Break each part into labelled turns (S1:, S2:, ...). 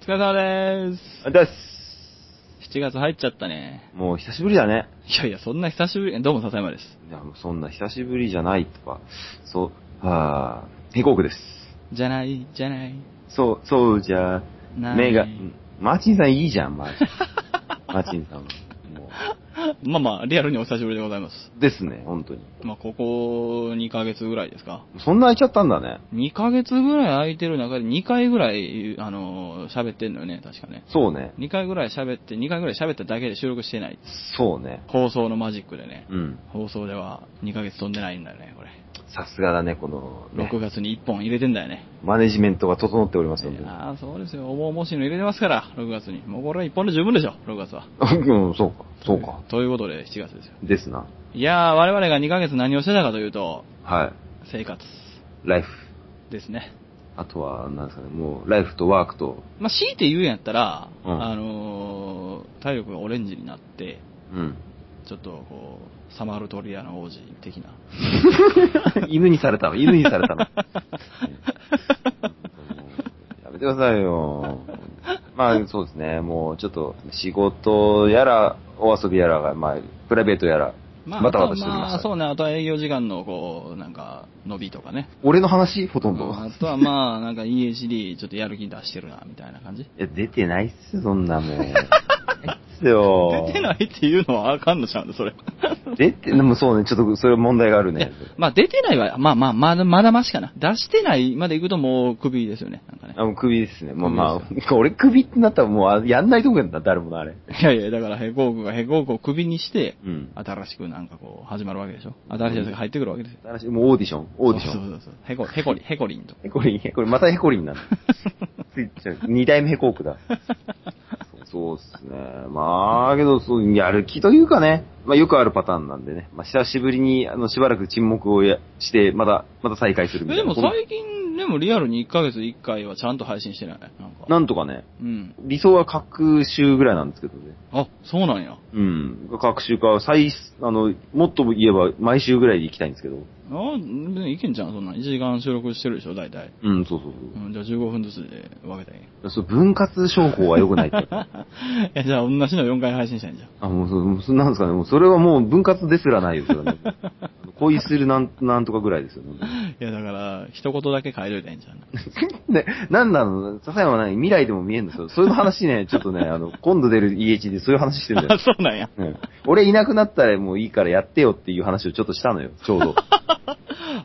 S1: お疲れ様でーす。
S2: です。
S1: 7月入っちゃったね。
S2: もう久しぶりだね。
S1: いやいや、そんな久しぶり、どうも笹山です。
S2: いや、もうそんな久しぶりじゃないとか、そう、はぁ、飛行機です。
S1: じゃない、じゃない、
S2: そう、そうじゃ、
S1: ない。
S2: 目が、うんマーチンさんいいじゃん、マー チン。マーチンさんは。も
S1: まあまあ、リアルにお久しぶりでございます。
S2: う、ですね、本当に。
S1: まあ、ここ2ヶ月ぐらいですか。
S2: そんな空いちゃったんだね。
S1: 2ヶ月ぐらい空いてる中で2回ぐらい、あのー、喋ってんのよね、確かね。
S2: そうね。
S1: 2回ぐらい喋って、2回ぐらい喋っただけで収録してない。
S2: そうね。
S1: 放送のマジックでね。
S2: うん。
S1: 放送では2ヶ月飛んでないんだよね、これ。
S2: さすがだね、この、ね
S1: 6、月に1本入れてんだよね。
S2: マネジメントが整っておりますの
S1: い
S2: で。
S1: やーそうですよ。重々しいの入れてますから、6月に。もうこれは1本で十分でしょ、6月は。
S2: うん、そうか、そうか。
S1: ということで、7月ですよ。
S2: ですな。
S1: いやー、我々が2ヶ月何をしてたかというと、
S2: は
S1: 生活
S2: い。ライフ。
S1: ですね。
S2: あとは、なんですかね、もう、ライフとワークと、
S1: まあ、強いて言うんやったら、
S2: うん
S1: あのー、体力がオレンジになって、
S2: うん。
S1: ちょっとこう、サマルトリアの王子的な。
S2: 犬にされたの、犬にされた の。やめてくださいよ。まあそうですね、もうちょっと仕事やら、お遊びやらが、まあプライベートやら、バタバタし
S1: あと
S2: ておりま
S1: はまあ、
S2: した。
S1: そうね、あとは営業時間のこう、なんか、伸びとかね。
S2: 俺の話ほとんど。
S1: あとはまあ、なんか EHD ちょっとやる気出してるな、みたいな感じ。
S2: いや、出てないっすよ、そんな もう。ないっすよ。
S1: 出てないっていうのはあかんのちゃうんだ、 それ。
S2: 出て、でもそうね、ちょっとそれ問題がある ね。
S1: まあ出てないは、まあまあ、まだ、まだマシかな。出してないまで行くともう首ですよね、なんかね。
S2: あ、もう首ですね。もうま
S1: 首
S2: あ、俺首ってなったらもうあやんないとこやんだ、誰もな、あれ。
S1: いやいや、だからヘコークがヘコークを首にして、
S2: うん。
S1: 新しくなんかこう、始まるわけでしょ。新しいやつが入ってくるわけですよ。
S2: 新しいもうオーディション、オーディション。
S1: そうそうそうそう。ヘコ、ヘコ リ、ヘコリンと。
S2: へ こりん、へこりん、またへこりんなの。ついちゃう。二代目へこーくだ。そうっすね。まあ、けど、そう、やる気というかね。まあ、よくあるパターンなんでね。まあ、久しぶりに、あの、しばらく沈黙をやして、また、また再開するみた
S1: え
S2: い
S1: で
S2: な。
S1: も
S2: この
S1: 最近、でもリアルに1ヶ月1回はちゃんと配信してない。なんか。
S2: なんとかね、
S1: うん。
S2: 理想は各週ぐらいなんですけどね。
S1: あ、そうなんや。
S2: うん。各週か、最、あの、もっと言えば、毎週ぐらいで行きたいんですけど。
S1: あ、ねいけんじゃん、そんなん。1時間収録してるでしょ、大体。
S2: うん、そうそう
S1: うん、じゃあ15分ずつで分けたらいい。
S2: そう。そう、分割商法は良くないって。
S1: え、じゃあ同じの4回配信したいんじゃん。
S2: あ、もうそう、もうそなんですかね、もうそれはもう分割ですらないです よね。恋するなん、なんとかぐらいですよね。
S1: いや、だから、一言だけ変えといたらいいんじゃん。
S2: で、なんなの笹山は何未来でも見えんですよ。そういう 話ね、ちょっとね、あの、今度出る EH でそういう話してるん
S1: あ
S2: だよ。
S1: そうなんや。
S2: うん俺いなくなったらもういいからやってよっていう話をちょっとしたのよ、ちょうど。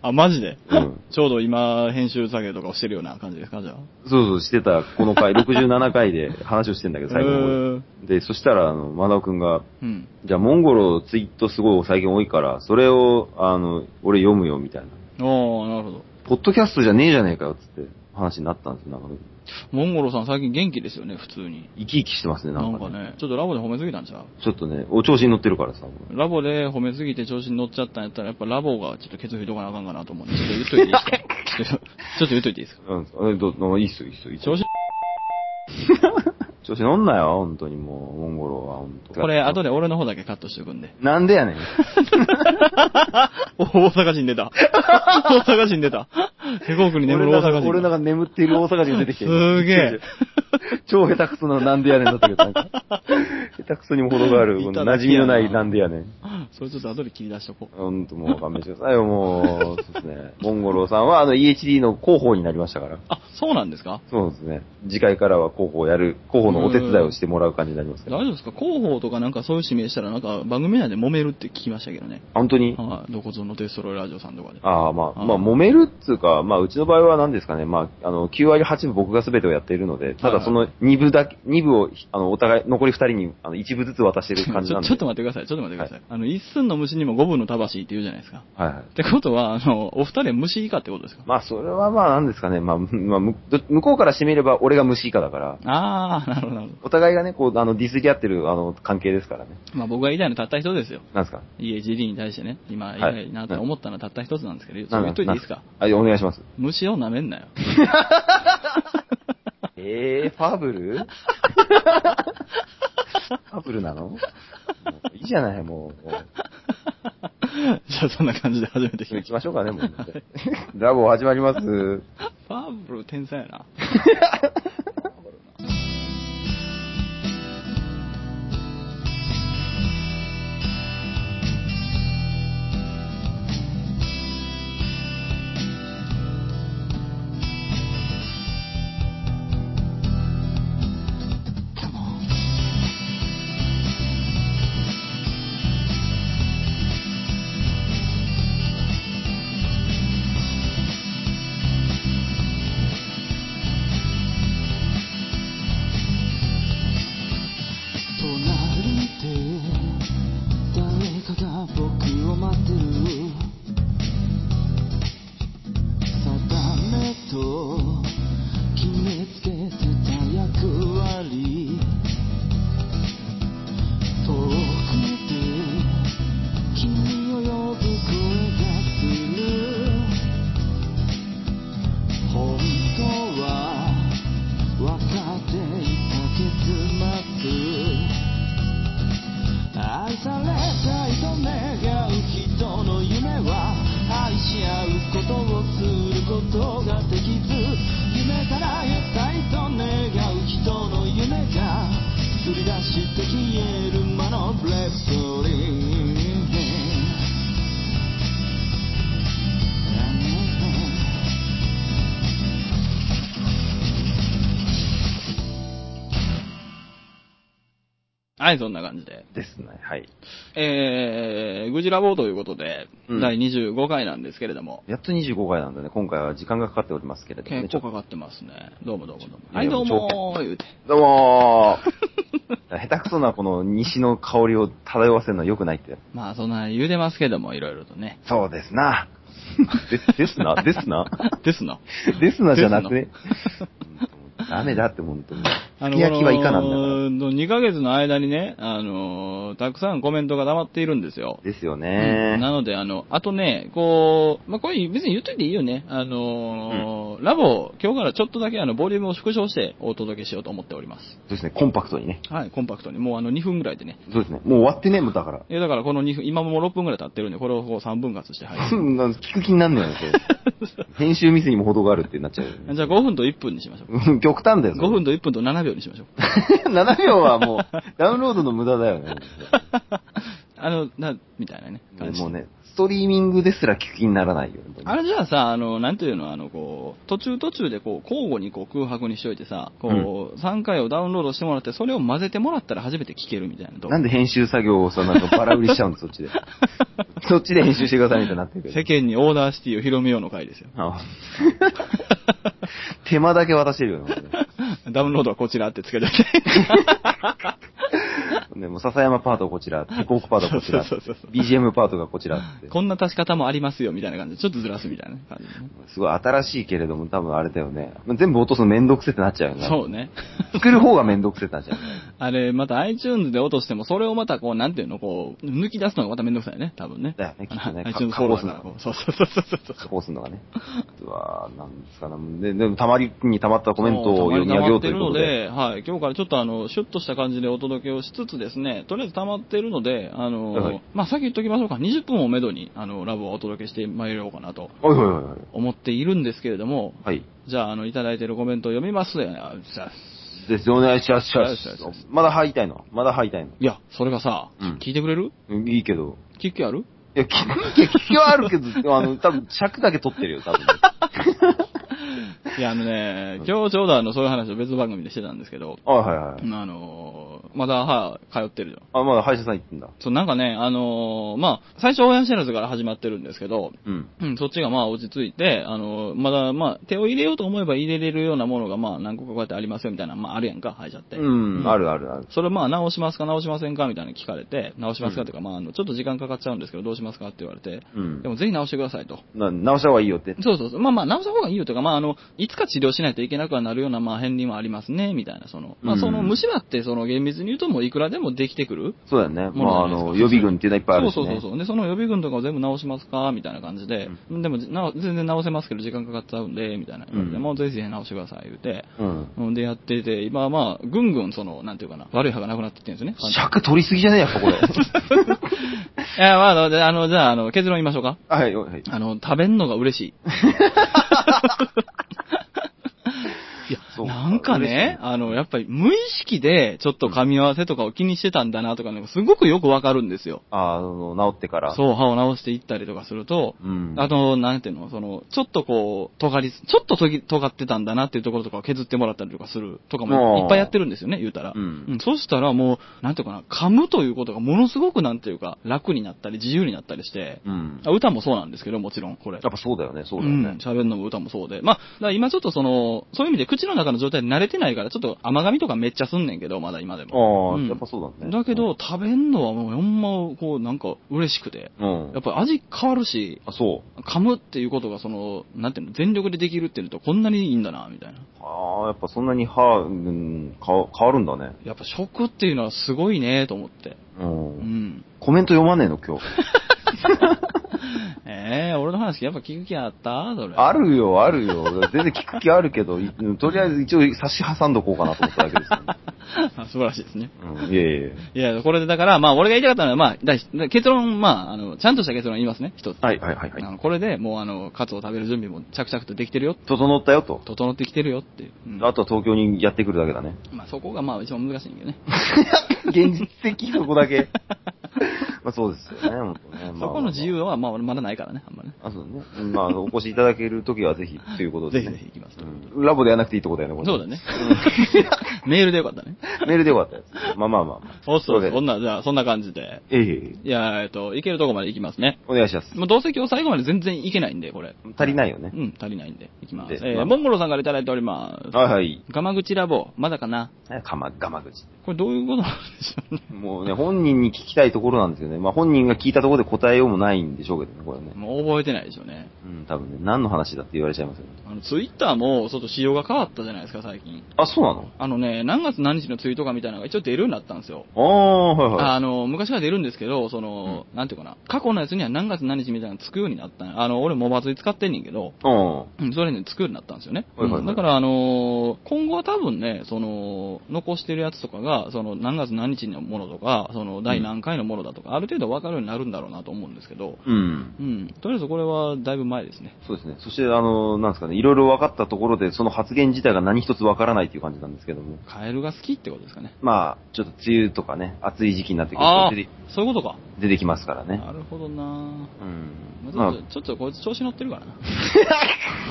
S1: あ、マジで、
S2: うん
S1: ちょうど今、編集作業とかをしてるような感じですか、じゃあ。
S2: そうそう、してた、この回、67回で話をしてんだけど、最後の
S1: う
S2: 方
S1: ーん
S2: で。で、そしたら、あの、マダオくんが、
S1: うん。
S2: じゃあ、モンゴロツイートすごい最近多いから、それを、あの、俺読むよ、みたいな。
S1: おー、なるほど。
S2: ポッドキャストじゃねえじゃねえかよ、つって話になったんですよ。なんか、
S1: モンゴロさん最近元気ですよね、普通に。
S2: 生き生きしてますね、
S1: な
S2: なん
S1: ん
S2: か
S1: か
S2: ね。
S1: ね、ちょっとラボで褒めすぎたんちゃう
S2: ちょっとね、お調子に乗ってるからさ。
S1: ラボで褒めすぎて調子に乗っちゃったんやったら、やっぱラボがちょっとケツ拭いとかなあかんかなと思うんで、ちょっと言っといてい いですかちょっとちょっと言っといていいですか
S2: うん、えどどいいっすよ、いいっすよ。いいっすよ
S1: 調子、
S2: 調子乗んなよ、本当にもう、モンゴロは、本当
S1: これ後で俺の方だけカットしておくんで。
S2: なんでやねん。
S1: お大阪人出た。大阪人出た。 ヘコークに眠
S2: 俺
S1: る大
S2: ら
S1: 阪
S2: が、
S1: 人。
S2: 俺らが眠っている大阪人出てきて。
S1: すげえ。
S2: 超下手くそななんでやねんだったけど、なんか下手くそにも程がある、この馴染みのないなんでやねん。
S1: それちょっと後で切り出しとこう。
S2: ほんともう勘弁してくださいよ、もう。そうですね。モンゴロさんは、あの、EHD の広報になりましたから。
S1: あ、そうなんですか
S2: そうですね。次回からは広報をやる、広報のお手伝いをしてもらう感じになりますけど
S1: 大。丈夫ですか広報とかなんかそういう指名したらなんか番組内で揉めるって聞きましたけどね。
S2: 本当に
S1: はい。どこぞのデストロイラジオさんとかで。
S2: ああ、ま
S1: あ
S2: あ、まあ、揉めるっつうか、まあ、うちの場合は何ですかね、まあ、あの、9割8分僕が全てをやっているので、ただその2部だけ、2部を、あの、お互い、残り2人に、あの、1部ずつ渡してる
S1: ちょ
S2: 感じなんで。
S1: ちょっと待ってください、ちょっと待ってください。あの、一寸の虫にも五分の魂って言うじゃないですか。
S2: はいは
S1: っ
S2: い。
S1: てことは、あの、お二人は虫以下ってことですか
S2: まあ、それはまあ、何ですかね、まあ、まあ、むど向こうからしてみれば俺が虫以下だから、
S1: あー、なるほど、なるほ
S2: お互いがね、こう、あの、ディスり合ってる、あの、関係ですからね。
S1: ど。まあ僕が言いたいのはたった一つですよ。
S2: なんですか
S1: EAGD に対してね、今、
S2: はい
S1: 言いたいなと思ったのはたった一つなんですけど、ちょっと
S2: なん
S1: 言っといていいですか
S2: はい、お願いします。
S1: 虫を舐めんなよ。
S2: えー、ファブ ルファブルなのもういいじゃない、もう。もう
S1: じゃあそんな感じで始めていきま
S2: 行
S1: し
S2: きましょうかね、もう。ラボ始まります。
S1: ょう。ファーブル天才やな。
S3: 結末愛されたいと願う人の夢は愛し合うことをすることができず夢から得たいと願う人の夢が釣り出して消える魔のブレストリー
S1: はい、そんな感じで。
S2: ですね。はい。
S1: えー、グジラボーということで、
S2: うん
S1: 第25回なんですけれども、
S2: やっと25回なんでね、今回は時間がかかっておりますけれども、ね。
S1: 結構
S2: ち
S1: か
S2: ょ
S1: かってますね。どうもどうもどうも。
S2: い
S1: はい、
S2: やいや
S1: どうもー、言うて。
S2: どうもー 下手くそなこの西の香りを漂わせるのは良くないって。
S1: まあ、そんな言うてますけども、いろいろとね。
S2: そうですな。でですな、ですな。
S1: ですの。
S2: ですなじゃなくね。うんダメだって、本当に。 すき焼きはいかなんだか
S1: 2ヶ月の間にね、あのーたくさんコメントが溜まっているんですよ。
S2: ら。ですよ
S1: う
S2: ね
S1: んなので、あの、あとね、こう、まあ、これ別に言っといていいよね。あのーラボ、今日からちょっとだけあの、ボリュームを縮小してお届けしようと思っております。
S2: そうですね、コンパクトにね。
S1: はい、コンパクトに。もうあの、2分ぐらいでね。
S2: そうですね。もう終わってね、もうだから。
S1: え、だからこの2分、今もう6分ぐらい経ってるんで、これをこう3分割して配
S2: う
S1: 信。
S2: んなんか聞く気になんのよね、それ編集ミスにも程があるってなっちゃうよ ね。
S1: じゃあ5分と1分にしましょう。
S2: うん 極端だよ、それ
S1: 5分と1分と7秒にしましょう。
S2: 7秒はもう、ダウンロードの無駄だよね。
S1: あの、な、みたいなね、感じ。
S2: もうね、ストリーミングですら聞く気にならないよ。
S1: あれじゃあさ、あの、なんていうの、あの、こう、途中途中でこう、交互にこう空白にしといてさ、こう、3回をダウンロードしてもらって、それを混ぜてもらったら初めて聞けるみたいなと。
S2: なんで編集作業をさ、なんかバラ売りしちゃうの、そっちで。 そっちで編集してくださいみたいになってるけど
S1: 世間にオーダーシティを広めようの回ですよ。
S2: あ 手間だけ渡してるよね。
S1: ダウンロードはこちらってつけといて。
S2: ね、もう笹山パートこちら、ピコークパートこちら
S1: そうそうそうそ、う
S2: BGM パートがこちらって。
S1: こんな足し方もありますよ、みたいな感じで、ちょっとずらすみたいな感じでね、
S2: すごい新しいけれども、多分あれだよね。全部落とすのめんどくせってなっちゃうよね。
S1: そうね。
S2: 作る方がめんどくせってなっちゃうよね。
S1: あれ、また iTunes で落としても、それをまたこう、なんていうの、こう、抜き出すのがまためんどくさいよね、多分ね。
S2: だよねきっとね
S1: iTunes
S2: か
S1: フォローだから
S2: 加工。
S1: そうそうそうそうそう。
S2: 加工するのがね。うわぁ、なんですかね。で、でもたまりにたまったコメントを読み上げようというこ
S1: 溜まっ
S2: とで。
S1: てるので、はい、今日からちょっとあの、シュッとした感じでお届けをしつつですね、とりあえず溜まってるので、あの、
S2: はい
S1: まあ、先言っときましょうか、20分をめどに、あの、ラブをお届けしてまいろうかなと
S2: はいはいはいはい。
S1: 思っているんですけれども、
S2: はい。
S1: じゃあ、あの、いただいてるコメントを読みますね。あじゃあ
S2: ですよ、お願いしますしま
S1: よ
S2: す
S1: しよしよし。
S2: まだ入りたいのまだ入りたいの
S1: いや、それがさ、
S2: うん
S1: 聞いてくれる
S2: うんいいけど。
S1: 聞く気ある
S2: いや、聞き、聞きはあるけど、 あの、多分尺だけ取ってるよ、多分。
S1: いや、あのね、今日ちょうどあの、そういう話を別番組でしてたんですけど、
S2: あ、はいはいはい。
S1: あの、まだ歯通ってるじゃん。
S2: あ、まだ歯医者さん行ってんだ。
S1: そう、なんかね、あのまあ、最初親知らずから始まってるんですけど、
S2: うん。
S1: うん、そっちがまあ落ち着いて、あの、まだまあ手を入れようと思えば入れれるようなものがまあ何個かこうやってありますよみたいな、まああるやんか、歯医者って。
S2: うん、あるあるある。
S1: それまあ直しますか直しませんかみたいなの聞かれて、直しますかとか、まああの、ちょっと時間かかっちゃうんですけどどうしますかって言われて、
S2: うん
S1: で。もぜひ直してくださいと。
S2: な直した方がいいよって。
S1: そうそうそう。まあまあ直した方がいいよというか、まああの、いつか治療しないといけなくはなるようなまあ片鱗はありますね、みたいな、その、まあその
S2: うん
S1: 虫歯ってその厳密に言うともういくらでもできてくる
S2: そうだよね。まあ、あ
S1: もう
S2: の、
S1: じゃないです
S2: 予
S1: か
S2: 備軍っていうのはいっぱいあるし、
S1: そ
S2: ね。
S1: うそうそうそう。で、その予備軍とかを全部直しますかみたいな感じで、でもな、全然直せますけど時間かかっちゃうんで、みたいな言われて、
S2: うん
S1: もうぜひぜひ直してください、言うて。
S2: うん。
S1: うんで、やってて、今はまあ、ぐんぐんその、なんていうかな、悪い歯がなくなってってんですよね。
S2: 尺取りすぎじゃねえ、やっぱこ れ。
S1: いや、まあ、であの、じゃあ、あの、結論言いましょうか。
S2: はい、はい。
S1: あの、食べんのが嬉しい。いや
S2: そうか
S1: なんかね、あの、やっぱり無意識で、ちょっと噛み合わせとかを気にしてたんだなとかね、すごくよくわかるんですよ。
S2: あの、治ってから。
S1: そう、歯を直していったりとかすると、
S2: う。うん。
S1: あの、なんていうの、その、ちょっとこう、尖り、ちょっととぎ尖ってたんだなっていうところとかを削ってもらったりとかするとかも
S2: あー
S1: いっぱいやってるんですよね、言うたら。
S2: うん
S1: そしたらもう、なんていうかな、噛むということがものすごくなんていうか、楽になったり自由になったりして、
S2: うん。
S1: あ歌もそうなんですけど、もちろん、これ。
S2: やっぱそうだよね、そう
S1: う
S2: だよ
S1: ん
S2: ね。
S1: 喋るのも歌もそうで。まあ、だから今ちょっとその、そういう意味で口の中の状態で慣れてないから、ちょっと甘噛みとかめっちゃすんねんけど、まだ今でも。
S2: ああ、
S1: うん
S2: やっぱそうだね。
S1: だけ、ど、食べんのはもうほんま、こう、なんか嬉しくて。
S2: うん
S1: やっ。ぱ味変わるし、
S2: あ、そう。
S1: 噛むっていうことが、その、なんていうの、全力でできるっていうのとこんなにいいんだな、みたいな。
S2: ああ、やっぱそんなに歯、うん、か変わるんだね。
S1: やっぱ食っていうのはすごいね、と思って。
S2: う。
S1: うんん。
S2: コメント読まねえの、今日。
S1: ええー、俺の話やっぱ聞く気あったそれ。
S2: あるよ、あるよ。全然聞く気あるけど、い とりあえず一応差し挟んどこうかなと思っただけですよね、
S1: あ 素晴らしいですね。
S2: うん、いえいえ。
S1: いや、これでだから、まあ、俺が言いたかったのは、まあ、だい結論、まあ、あの、ちゃんとした結論言いますね、一つ。
S2: はいはいはいはい
S1: あのこれでもう、あの、カツを食べる準備も着々とできてるよ。
S2: 整ったよと。
S1: 整ってきてるよっていう。うん
S2: あとは東京にやってくるだけだね。
S1: まあ、そこが、まあ、一番難しいんだけどね。
S2: 現実的そこだけ。 まあそうですよね、本当ね。まあ
S1: そこの自由は、まあ、俺まだないからね、あんまね。
S2: あ、そうね。まあ、お越しいただけるときはぜひ、ということで、ね。
S1: ぜひぜひ行きます
S2: うんラボでやらなくていいとこだよね、これ。
S1: そうだ ね。メールでよかったね。
S2: うん。メールでよかったやつ。まあまあまあまあ。
S1: そうそ
S2: で
S1: う、そんな、じゃあ、そんな感じで。
S2: えいえいえ。
S1: いや、えっと、いけるとこまで行きますね。
S2: お願いします。
S1: もうどうせ今日最後まで全然いけないんで、これ。
S2: 足りないよね
S1: う。ん、足りないんで。いきます。
S2: で
S1: え
S2: ま
S1: ー、
S2: あ
S1: モンゴロさんからいただいております。
S2: はいはい。
S1: ガマ口ラボ、まだかな
S2: かま、がま口。
S1: これどういうことなんでしょうね。
S2: もうね、本人に聞きたいところなんですよね。まあ本人が聞いたところで答えようもないんでしょうけどね、これね。
S1: もう覚えてないでしょうね。
S2: うん、多分ね、何の話だって言われちゃいますよね。
S1: あの、ツイッターも、ちょっと仕様が変わったじゃないですか、最近。
S2: あ、そうなの
S1: あのね、何月何日のツイートかみたいなのが一応出るようになったんですよ。
S2: ああ、はいはい。
S1: あの、昔から出るんですけど、その、なんていうかな、過去のやつには何月何日みたいなのつくようになったんあの、俺モバツイ使ってんねんけど、
S2: うん。
S1: うんそれにつくようになったんですよね。
S2: はいはいはい
S1: うんだから、あのー今後は多分ね、その、残してるやつとかが、その、何月何日のものとか、その、第何回のものだとか、ある程度分かるようになるんだろうなと思うんですけど、
S2: うん。
S1: うん、とりあえずこれはだいぶ前ですね。
S2: そうですね。そして、あの、なんですかね、いろいろ分かったところで、その発言自体が何一つ分からないという感じなんですけども。
S1: カエルが好きってことですかね。
S2: まあ、ちょっと梅雨とかね、暑い時期になってくる
S1: ああ
S2: と
S1: ー
S2: 出て、
S1: そういうことか。
S2: 出てきますからね。
S1: なるほどな
S2: うん。
S1: ま
S2: ま
S1: あ
S2: あ
S1: ちょっと、ちょっとこいつ調子乗ってるからな。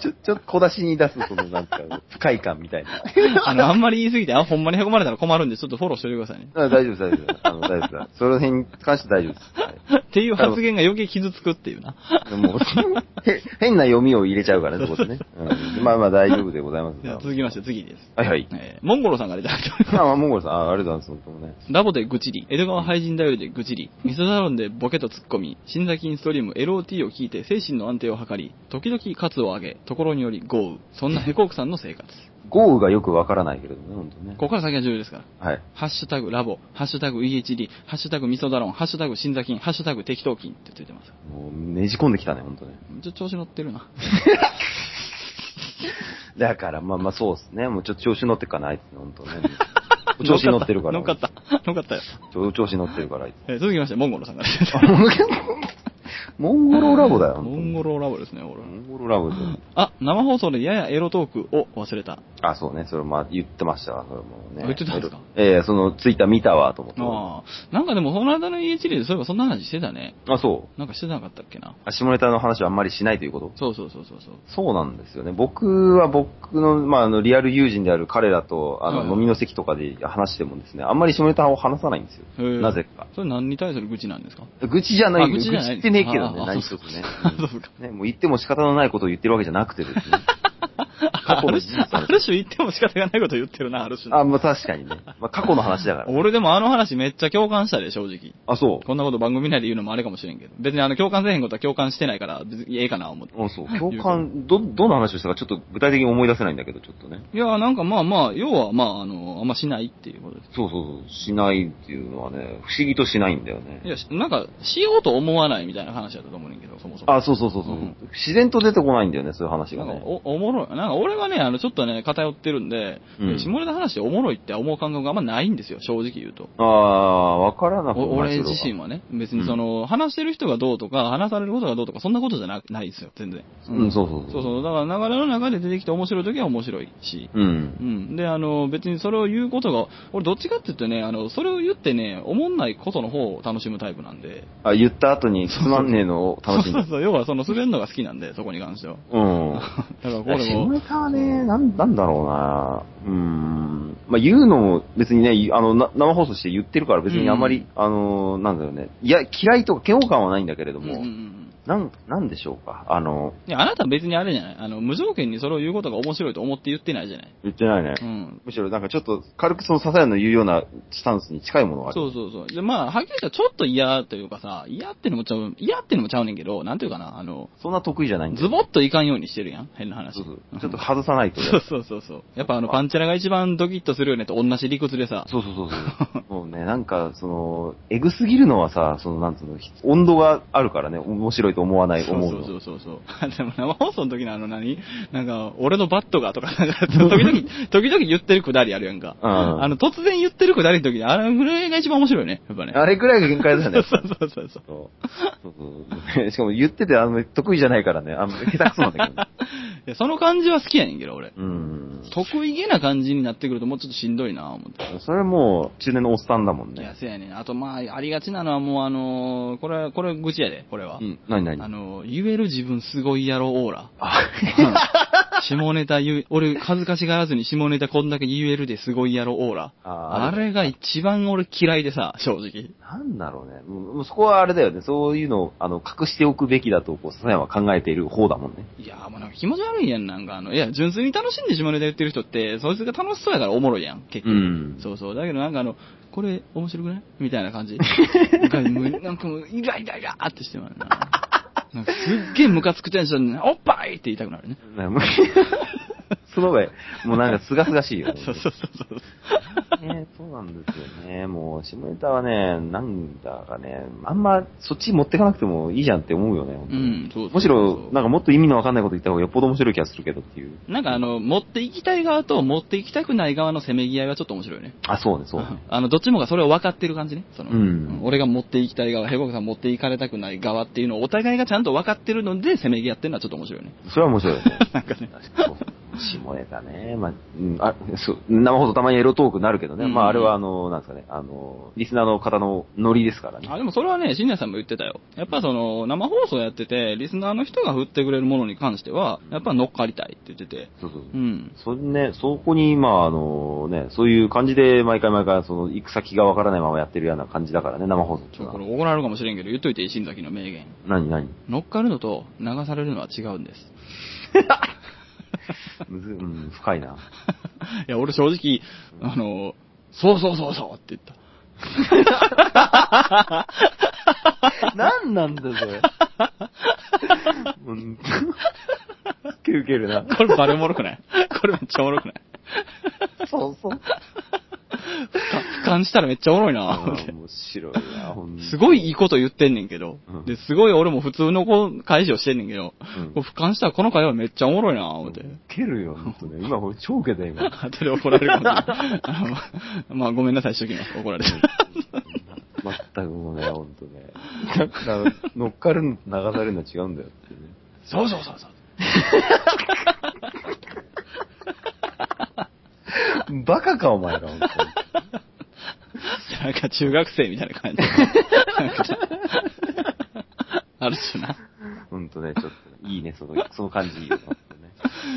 S2: ちょ、ちょっと小出しに出す、その、なんか、不快感みた いな。
S1: あの、あんまり言い過ぎて、あ、ほんまにへこまれたら困るんで、ちょっとフォローしておいてくださいね。
S2: あ大丈夫です、大丈夫です。あの、大丈夫です。その辺に関して大丈夫です。はい
S1: っていう発言が余計傷つくって いうな。
S2: でもへ変な読みを入れちゃうか らね、そこでね。うん、まあまあ大丈夫でございます。
S1: では続きまして、次です。
S2: はいはい。
S1: えーモンゴロさんからいただいております
S2: あ、まあ、モンゴルさん、あありがとうございます、本当もね。
S1: ラボで愚痴り、江戸川廃人頼りで愚痴 り、ミソサロンでボケとツッコミ、新座金ストリーム LOT を聞いて精神の安定を図り、時々カツを上げ、ところにより豪雨。そんなヘコークさんの生活。
S2: 豪雨がよくわからないけれどね、本当ね。
S1: ここから先は重要ですから。
S2: はい。
S1: ハッシュタグラボ、ハッシュタグ EHD、ハッシュタグミソダロン、ハッシュタグ新座金、ハッシュタグ適当金ってついてます。
S2: もう、ねじ込んできたね、本当ね。
S1: ちょっと調子乗ってるな。
S2: だから、まあまあ、そうですね。もうちょっと調子乗ってっかな、あいつね、本当 ね。お 調子乗ってるから。
S1: 乗っかった。乗っかったよ。
S2: ちょ。お調子乗ってるから、あいつ。
S1: えー続きまして、モンゴロさんから。
S2: モンゴロラボだよ、
S1: モ
S2: 本当
S1: ンゴロラボですね、俺
S2: モ。ンゴロラボで。
S1: あ、生放送でややエロトークを忘れた。
S2: あ、そうね、それまあ言ってましたわ、それも
S1: あ
S2: ね。
S1: 言ってたんですか
S2: ええそのツイッター見たわ、と思って。
S1: ああ。なんかでも、その間の EHD でそういえばそんな話してたね。
S2: あ、そう。
S1: なんかしてなかったっけな。
S2: あ下ネタの話はあんまりしないということ
S1: そうそうそうそうそう。
S2: そうなんですよね。僕は僕の、まあ、あの、リアル友人である彼らと、あ
S1: はい
S2: の、
S1: はい
S2: 飲みの席とかで話してもですね、あんまり下ネタを話さないんです
S1: へ
S2: よ。
S1: え
S2: なぜか。
S1: それ何に対する愚痴なんですか
S2: 愚痴じゃな
S1: あ
S2: い、
S1: 愚
S2: 愚
S1: 痴
S2: 痴
S1: じゃない
S2: ってねえけど
S1: あ
S2: ね、
S1: あ
S2: 何一つね。
S1: そうそうか
S2: うんね、もう言っても仕方のないことを言ってるわけじゃなくて ですね。過
S1: あ
S2: 去の
S1: る
S2: 事
S1: 種
S2: 実
S1: ある種言っても仕方がないこと言ってるな、ある種。
S2: あ、まあ確かにね。まあ過去の話だから。
S1: 俺でもあの話めっちゃ共感したで、正直。
S2: あ、そう。
S1: こんなこと番組内で言うのもあれかもしれんけど。別にあの共感せえへんことは共感してないから、別にええかな思って。
S2: うん、そう。共感、ど、どの話をしたかちょっと具体的に思い出せないんだけど、ちょっとね。
S1: いや、なんかまあまあ、要はまあ、あの、あんましないっていうことです。
S2: そうそうそう。しないっていうのはね、不思議としないんだよ
S1: い
S2: ね。
S1: や、しなんか、しようと思わないみたいな話だったと思うねんけど、そもそも。
S2: あ、そうそうそうそう、
S1: うん
S2: 自然と出てこないんだよね、そういう話
S1: な
S2: が
S1: んか
S2: ね。
S1: お、おもろい。なんか俺はね、あの、ちょっとね、偏ってるんで、
S2: うん
S1: 下ネタ話でおもろいって思う感覚があんまないんですよ、正直言うと。
S2: ああ、わからなく
S1: お
S2: もない
S1: 俺自身
S2: は。
S1: はね、別にその、話してる人がどうとか、話されることがどうとか、そんなことじゃなないですよ、全然。
S2: うん、そうそう
S1: そ
S2: そうう。
S1: そう、だから流れの中で出てきて面白い時は面白いし。
S2: う。
S1: うんん。で、あの、別にそれを言うことが、俺どっちかって言ってね、あの、それを言ってね、思んないことの方を楽しむタイプなんで。
S2: あ、言った後につまんねえのを楽しん
S1: そうそ
S2: で
S1: う。そう、要はその滑るのが好きなんで、そこに関しては。
S2: うん。
S1: だからこ
S2: いや
S1: れ
S2: 下
S1: も、
S2: ネタはね、なん、なんだろうなうーん。まあ、言うのも別にね、あの、な生放送して言ってるから別にあんまり、あの、なんだろうね。いや、嫌いとか嫌悪感はないんだけれど
S1: うんうん
S2: も、
S1: うん
S2: なん、なんでしょうか。あの、
S1: いや、あなたは別にあれじゃないあの、無条件にそれを言うことが面白いと思って言ってないじゃない
S2: 言ってないね。
S1: うん。
S2: むしろなんかちょっと軽くその笹谷の言うようなスタンスに近いものがある。
S1: そうそうそう。で、まあ、はっきり言ったらちょっと嫌というかさ、嫌ってのもちゃう、嫌ってのもちゃうねんけど、なんていうかな、あの、
S2: そんな得意じゃないんだ
S1: ズ
S2: よ
S1: ボッといかんようにしてるやん変な話。
S2: そう そう。ちょっと外さないと。
S1: そうそうそうそう。やっぱあの、パンチラが一番ドキッとするよねと同じ理屈でさ。
S2: そうそうそうそう。もうね、ね。なんか、その、えぐすぎるのはさ、その、なんつうの、ひ温度があるからね、面白いと思わない、思う
S1: そう
S2: の。
S1: そうそうそうそう。 でも生放送の時のあの何なんか、俺のバットがとか、 なんか、時々、時々言ってるくだりあるやんか。
S2: うん
S1: あの、突然言ってるくだりの時に、あれぐらいが一番面白いよね。やっぱね。
S2: あれくらいが限界だよね。
S1: そうそうそうそう。
S2: そうそうそうし かも言ってて、あの、得意じゃないからね、あの、下手くそなんだ けどね。
S1: いや、その感じは好きやねんけど、俺。
S2: うん。
S1: 得意げな感じになってくるともうちょっとしんどいなぁ思って。
S2: それはもう、中年のおっさんだもん
S1: いや、
S2: ね。
S1: せやねん。あと、まあ、ありがちなのはもう、あのーこれ、これ、愚痴やで、これは。
S2: うん。なにな
S1: あ
S2: に
S1: のー言える自分すごいやろ、オー ラ。
S2: あ、
S1: うん下ネタ言う、俺、恥ずかしがらずに下ネタこんだけ言えるですごいやろ、オーラ。 あ
S2: あれ
S1: れが一番俺嫌いでさ、正直。
S2: なんだろうね。もうもうそこはあれだよね。そういうのを、あの、隠しておくべきだと、こう、笹山は考えている方だもん ね。
S1: いやーもうなんか気持ち悪いやん、なんかあの、いや、純粋に楽しんで下ネタ言ってる人って、そいつが楽しそうやからおもろいやん、結局。
S2: ん
S1: そうそう。だけどなんかあの、これ面白くないみたいな 感じ。なんかもう、なんかもう、イライライラーってしてまうな。なんかすっげえムカつくテンションで、おっぱいって言いたくなるね。
S2: ねもう その方が、もうなんか、すがすがしいよね。
S1: そうそうそうそう。
S2: ね、そうなんですよね。もう、下ネタはね、なんだかね、あんま、そっち持ってかなくてもいいじゃんって思うよね。本当に
S1: うんそうそうそう
S2: むしろ、なんかもっと意味のわかんないこと言った方がよっぽど面白い気がするけどっていう。
S1: なんかあの、持っていきたい側と持っていきたくない側のせめぎ合いはちょっと面白いよね。
S2: あ、そうね、そうね。
S1: あの、どっちもがそれを分かってる感じね。その、
S2: うん
S1: 俺が持っていきたい側、ヘコクさん持っていかれたくない側っていうのをお互いがちゃんと分かってるので、せめぎ合ってるのはちょっと面白いよね。
S2: それは面白いよね。
S1: なんかね。
S2: 確かにそう下ネタね。まあ、うん、あ、そう、生放送たまにエロトークになるけどね。
S1: うん
S2: まあ、あれはあの、なんですかね、あの、リスナーの方のノリですからね。
S1: あ、でもそれはね、信也さんも言ってたよ。やっぱその、生放送やってて、リスナーの人が振ってくれるものに関しては、やっぱ乗っかりたいって言ってて。
S2: そうそうそうう。
S1: ん。
S2: それね、そこに、まあ、あのね、そういう感じで、毎回毎回、その、行く先がわからないままやってるような感じだからね、生放送ってい
S1: ち
S2: う
S1: ょ、
S2: の
S1: こ
S2: は
S1: れ。怒られるかもしれんけど、言っといていい、新崎の名言。
S2: 何何
S1: 乗っかるのと流されるのは違うんです。
S2: むず、うん、深いな。
S1: いや、俺正直、あの、そうそうそうそうって言った。
S2: 何なんだ、そ れ。うん。ウケるウケるな。
S1: これバレおもろくない これめっちゃおもろくない
S2: そうそう。
S1: 俯瞰したらめっちゃおもろいな思って
S2: 面白いな、ほんと
S1: すごいいいこと言ってんねんけど
S2: うん。
S1: で、すごい俺も普通のこう、返しをしてんねんけど
S2: うん、
S1: こう俯瞰したらこの会話めっちゃおもろいな思って。
S2: けるよ、ほんとね。今、俺超ウケた、今。
S1: 後で怒られるかもしれない。 あのまあ、ごめんなさい、しときます。怒られる。
S2: まったくもうね、ほんとね。だから、乗っかるのと流されるのは違うんだよっていうね。
S1: そうそうそうそう。
S2: バカか、お前ら、ほんとに。
S1: なんか中学生みたいな感じ。あるしな。
S2: ほんとね、ちょっと、いいね、その、その感じいいよ、ほんとね。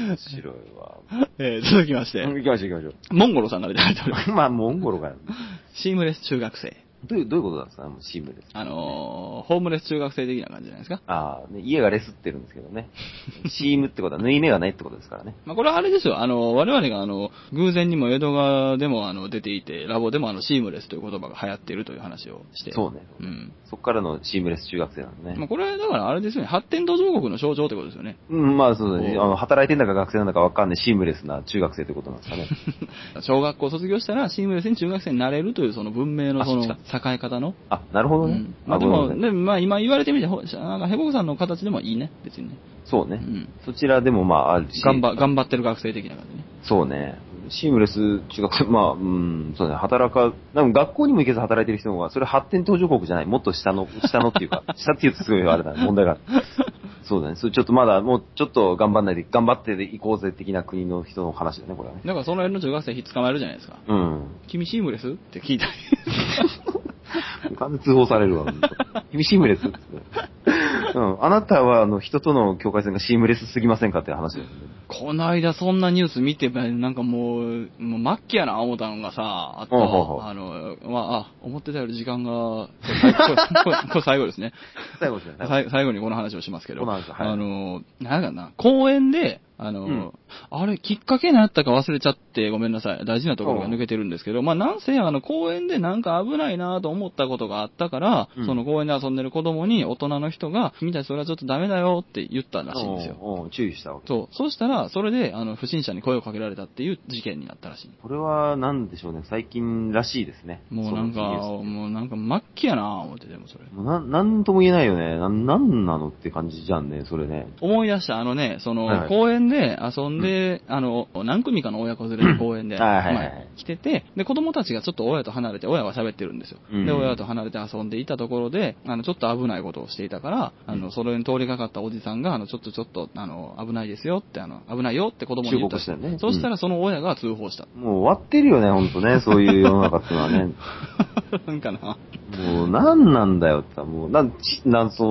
S2: 面白いわ。
S1: えー、続きまし
S2: うん
S1: て、
S2: 行きましょう、行きまし
S1: モンゴロさんからいただいております。
S2: ょう。まあ、モンゴロがよ。
S1: シームレス中学生。
S2: どういう、どういうことなんですかもうシームレス。
S1: あのー、ホームレス中学生的な感じじゃないですか。
S2: ああ、ね、家がレスってるんですけどね。シームってことは縫い目がないってことですからね。
S1: まあ、これはあれですよ。あの、我々があの、偶然にも江戸川でもあの、出ていて、ラボでもあの、シームレスという言葉が流行っているという話をして。
S2: そうね。
S1: うん。
S2: そっからのシームレス中学生なんで
S1: まあ、
S2: ね。
S1: これはだからあれですよね。発展途上国の象徴ってことですよね。
S2: うん、まあそうだね。
S1: お
S2: あの、働いてんだか学生なんだかわかんないシームレスな中学生ってことなんですかね。
S1: 小学校卒業したらシームレスに中学生になれるというその文明の
S2: あ
S1: その
S2: そ
S1: 栄
S2: っ
S1: え方の。
S2: あ、なるほ
S1: う
S2: どね
S1: ん。。まあ
S2: ご
S1: でも、ね、
S2: めんなさい
S1: まあ今言われてみて、ほなんかヘボコさんの形でもいいね、別にね。
S2: そうね。
S1: うん。
S2: そちらでもまああるし。
S1: 頑張、頑張ってる学生的な感じね。
S2: そうね。シームレス中学生、まあ、うん、そうね、働か、なんか学校にも行けず働いてる人の方が、それ発展途上国じゃない、もっと下の、下のっていう か、下って言うとすごいあれだ、問題がある。そうだね、それちょっとまだ、もうちょっと頑張んないで、頑張っていこうぜ的な国の人の話だね、これはね。
S1: だからその辺の中学生捕まえるじゃないですか。
S2: うん。
S1: 君シームレスって聞いたり。
S2: 完全通報されるわ、ほんと君シーム レスって。うん、あなたは、あの、人との境界線がシームレスすぎませんかっていう話だよね。
S1: この間そんなニュース見て、なんかもう、もう末期やな、思ったのがさ、あと、
S2: ほうほうほう
S1: あの、まあ、あ、思ってたより時間が、これ最後 これこれ最後ですね。
S2: 最後じゃない
S1: 最最後にこの話をしますけど、
S2: この話はい
S1: あの、なんかな、公園で、あの、
S2: うん
S1: あれ、きっかけ何やったか忘れちゃって、ごめんなさい。大事なところが抜けてるんですけど、まあ、なんせ、あの、公園でなんか危ないなと思ったことがあったから、
S2: うん
S1: その公園で遊んでる子供に大人の人が、君たちそれはちょっとダメだよって言ったらしいんですよ。
S2: おうおう注意したわけ。
S1: そう。そうしたら、それで、あの、不審者に声をかけられたっていう事件になったらしい。
S2: これは、なんでしょうね。最近らしいですね。
S1: もうなんか、
S2: そのニュースって
S1: もうなんか末期やなぁ思って、でもそれ。
S2: もうな、なんとも言えないよね。な、なんなのって感じじゃんね、それね。
S1: 思い出した、あのね、その、
S2: はい
S1: 公園で遊んで、あの、何組かの親子連れで公園で、
S2: はいはいはい
S1: まあ来てて、で、子供たちがちょっと親と離れて、親は喋ってるんですよ。
S2: うん
S1: で、親と離れて遊んでいたところで、あの、ちょっと危ないことをしていたから、あ
S2: う
S1: の、
S2: ん
S1: それに通りかかったおじさんが、あの、ちょっとちょっと、あの、危ないですよって、あの、危ないよって子供に言った。
S2: 忠告したよね
S1: そうしたら、その親が通報した。
S2: もう終わってるよね、ほんとね。そういう世の中っていうのはね。
S1: なんかな。
S2: もう、なんなんだよってさ、もう、なん、ち、なん、そ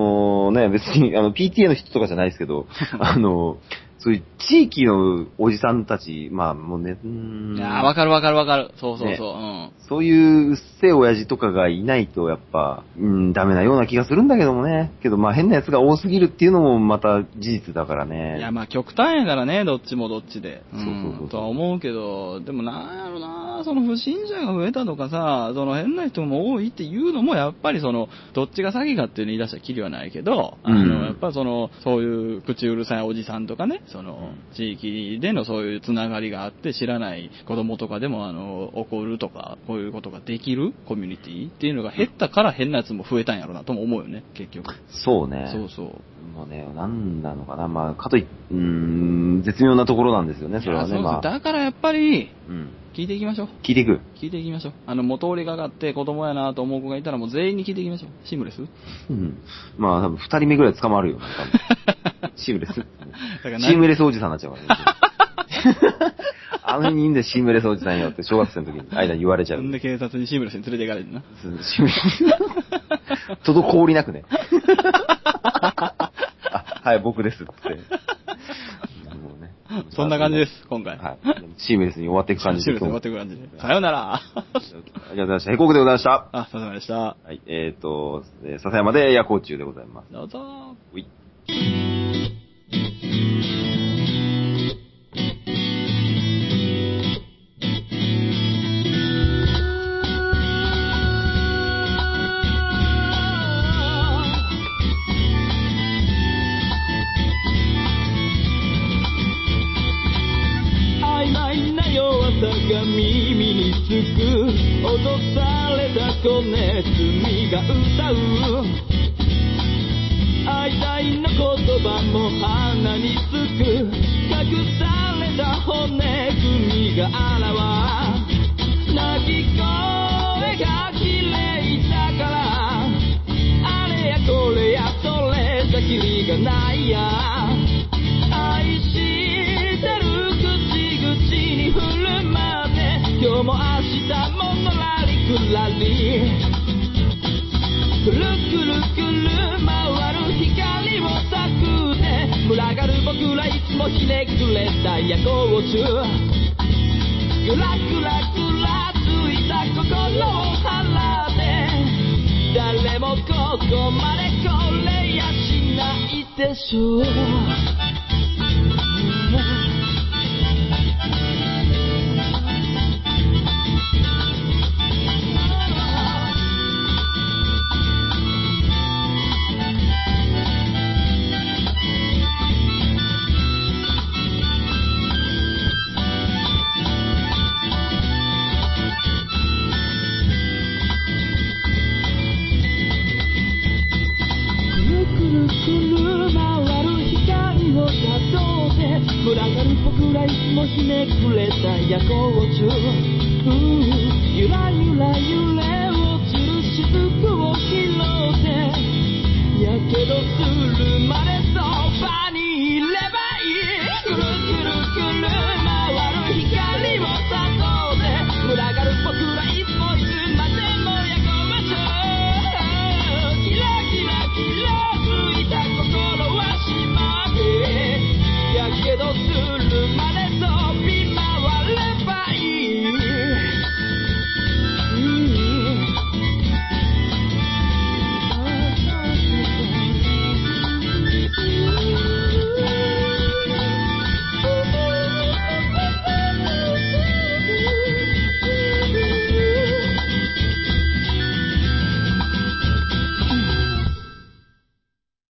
S2: のね、別に、あの、PTA の人とかじゃないです けど、あの、そういう地域のおじさんたち、まあ、もうね、うーん
S1: いやーわかるわかるわかる。そうそうそう。うん。
S2: そういううっせえ親父とかがいないと、やっぱ、うん、ダメなような気がするんだけどもね。けど、まあ、変な奴が多すぎるっていうのもまた事実だからね。
S1: いや、まあ極端やからね、どっちもどっちで。
S2: そうそうそうそうん
S1: とは思うけど、でもなんやろな、その不審者が増えたとかさ、その変な人も多いっていうのも、やっぱりその、どっちが詐欺かっていうの言い出したらきりはないけど、あ
S2: うん
S1: の、やっぱその、そういう口うるさいおじさんとかね、その、
S2: う
S1: 地域でのそういうつながりがあって、知らない子供とかでも、あの、怒るとか、こういうことができるコミュニティっていうのが減ったから変なやつも増えたんやろなとも思うよね、結局。
S2: そうね。
S1: そうそう。
S2: もうね、なんなのかな、まあ、かといっうーん、絶妙なところなんですよね、それはい
S1: や
S2: ね、
S1: うそう
S2: まあ。
S1: だからやっぱり、
S2: うん。
S1: 聞いていきましょう。
S2: 聞いていく。
S1: 聞いていきましょう。あの、もう通りかかって子供やなと思う子がいたらもう全員に聞いていきましょう。シームレス
S2: うん。まあ、多分二人目ぐらい捕まるよ、多 分シームレス。
S1: からな
S2: シームレスおじさんになっちゃうから ね。あの人でシームレスおじさんよって小学生の時に間に言われちゃう。
S1: んで警察にシームレスに連れていかれるな。
S2: シームレス。滞りなくね。あ、はい、僕ですって。もうね
S1: そんな感じです、今回。
S2: はい。シームレスに終わっていく感じ
S1: シームレス
S2: で
S1: に終わってく感じで。さようなら。
S2: ありがとうございました。ヘコークでございました。
S1: あ、さようならでした。
S2: はい、えっ、ー、と、えー笹山で夜行中でございます。
S1: どうぞ。
S2: うい
S3: 曖昧な弱さが耳につく脅された子ネズミが歌う愛戴の言葉も鼻につく隠された骨組みが現る泣き声が綺麗だからあれやこれやそれじゃキリがないや愛してる口々に振るまで今日も明日ものらりくらりくるくるくる回る光をたくね群がる僕らいつもひねくれた夜行中ぐらぐらぐらついた心を払って誰もここまでこれやしないでしょうくるくるくる回る光をたどって群がる僕らいつもひねくれた夜行中うんゆらゆら揺れ落ちる雫を拾ってやけどするまで叫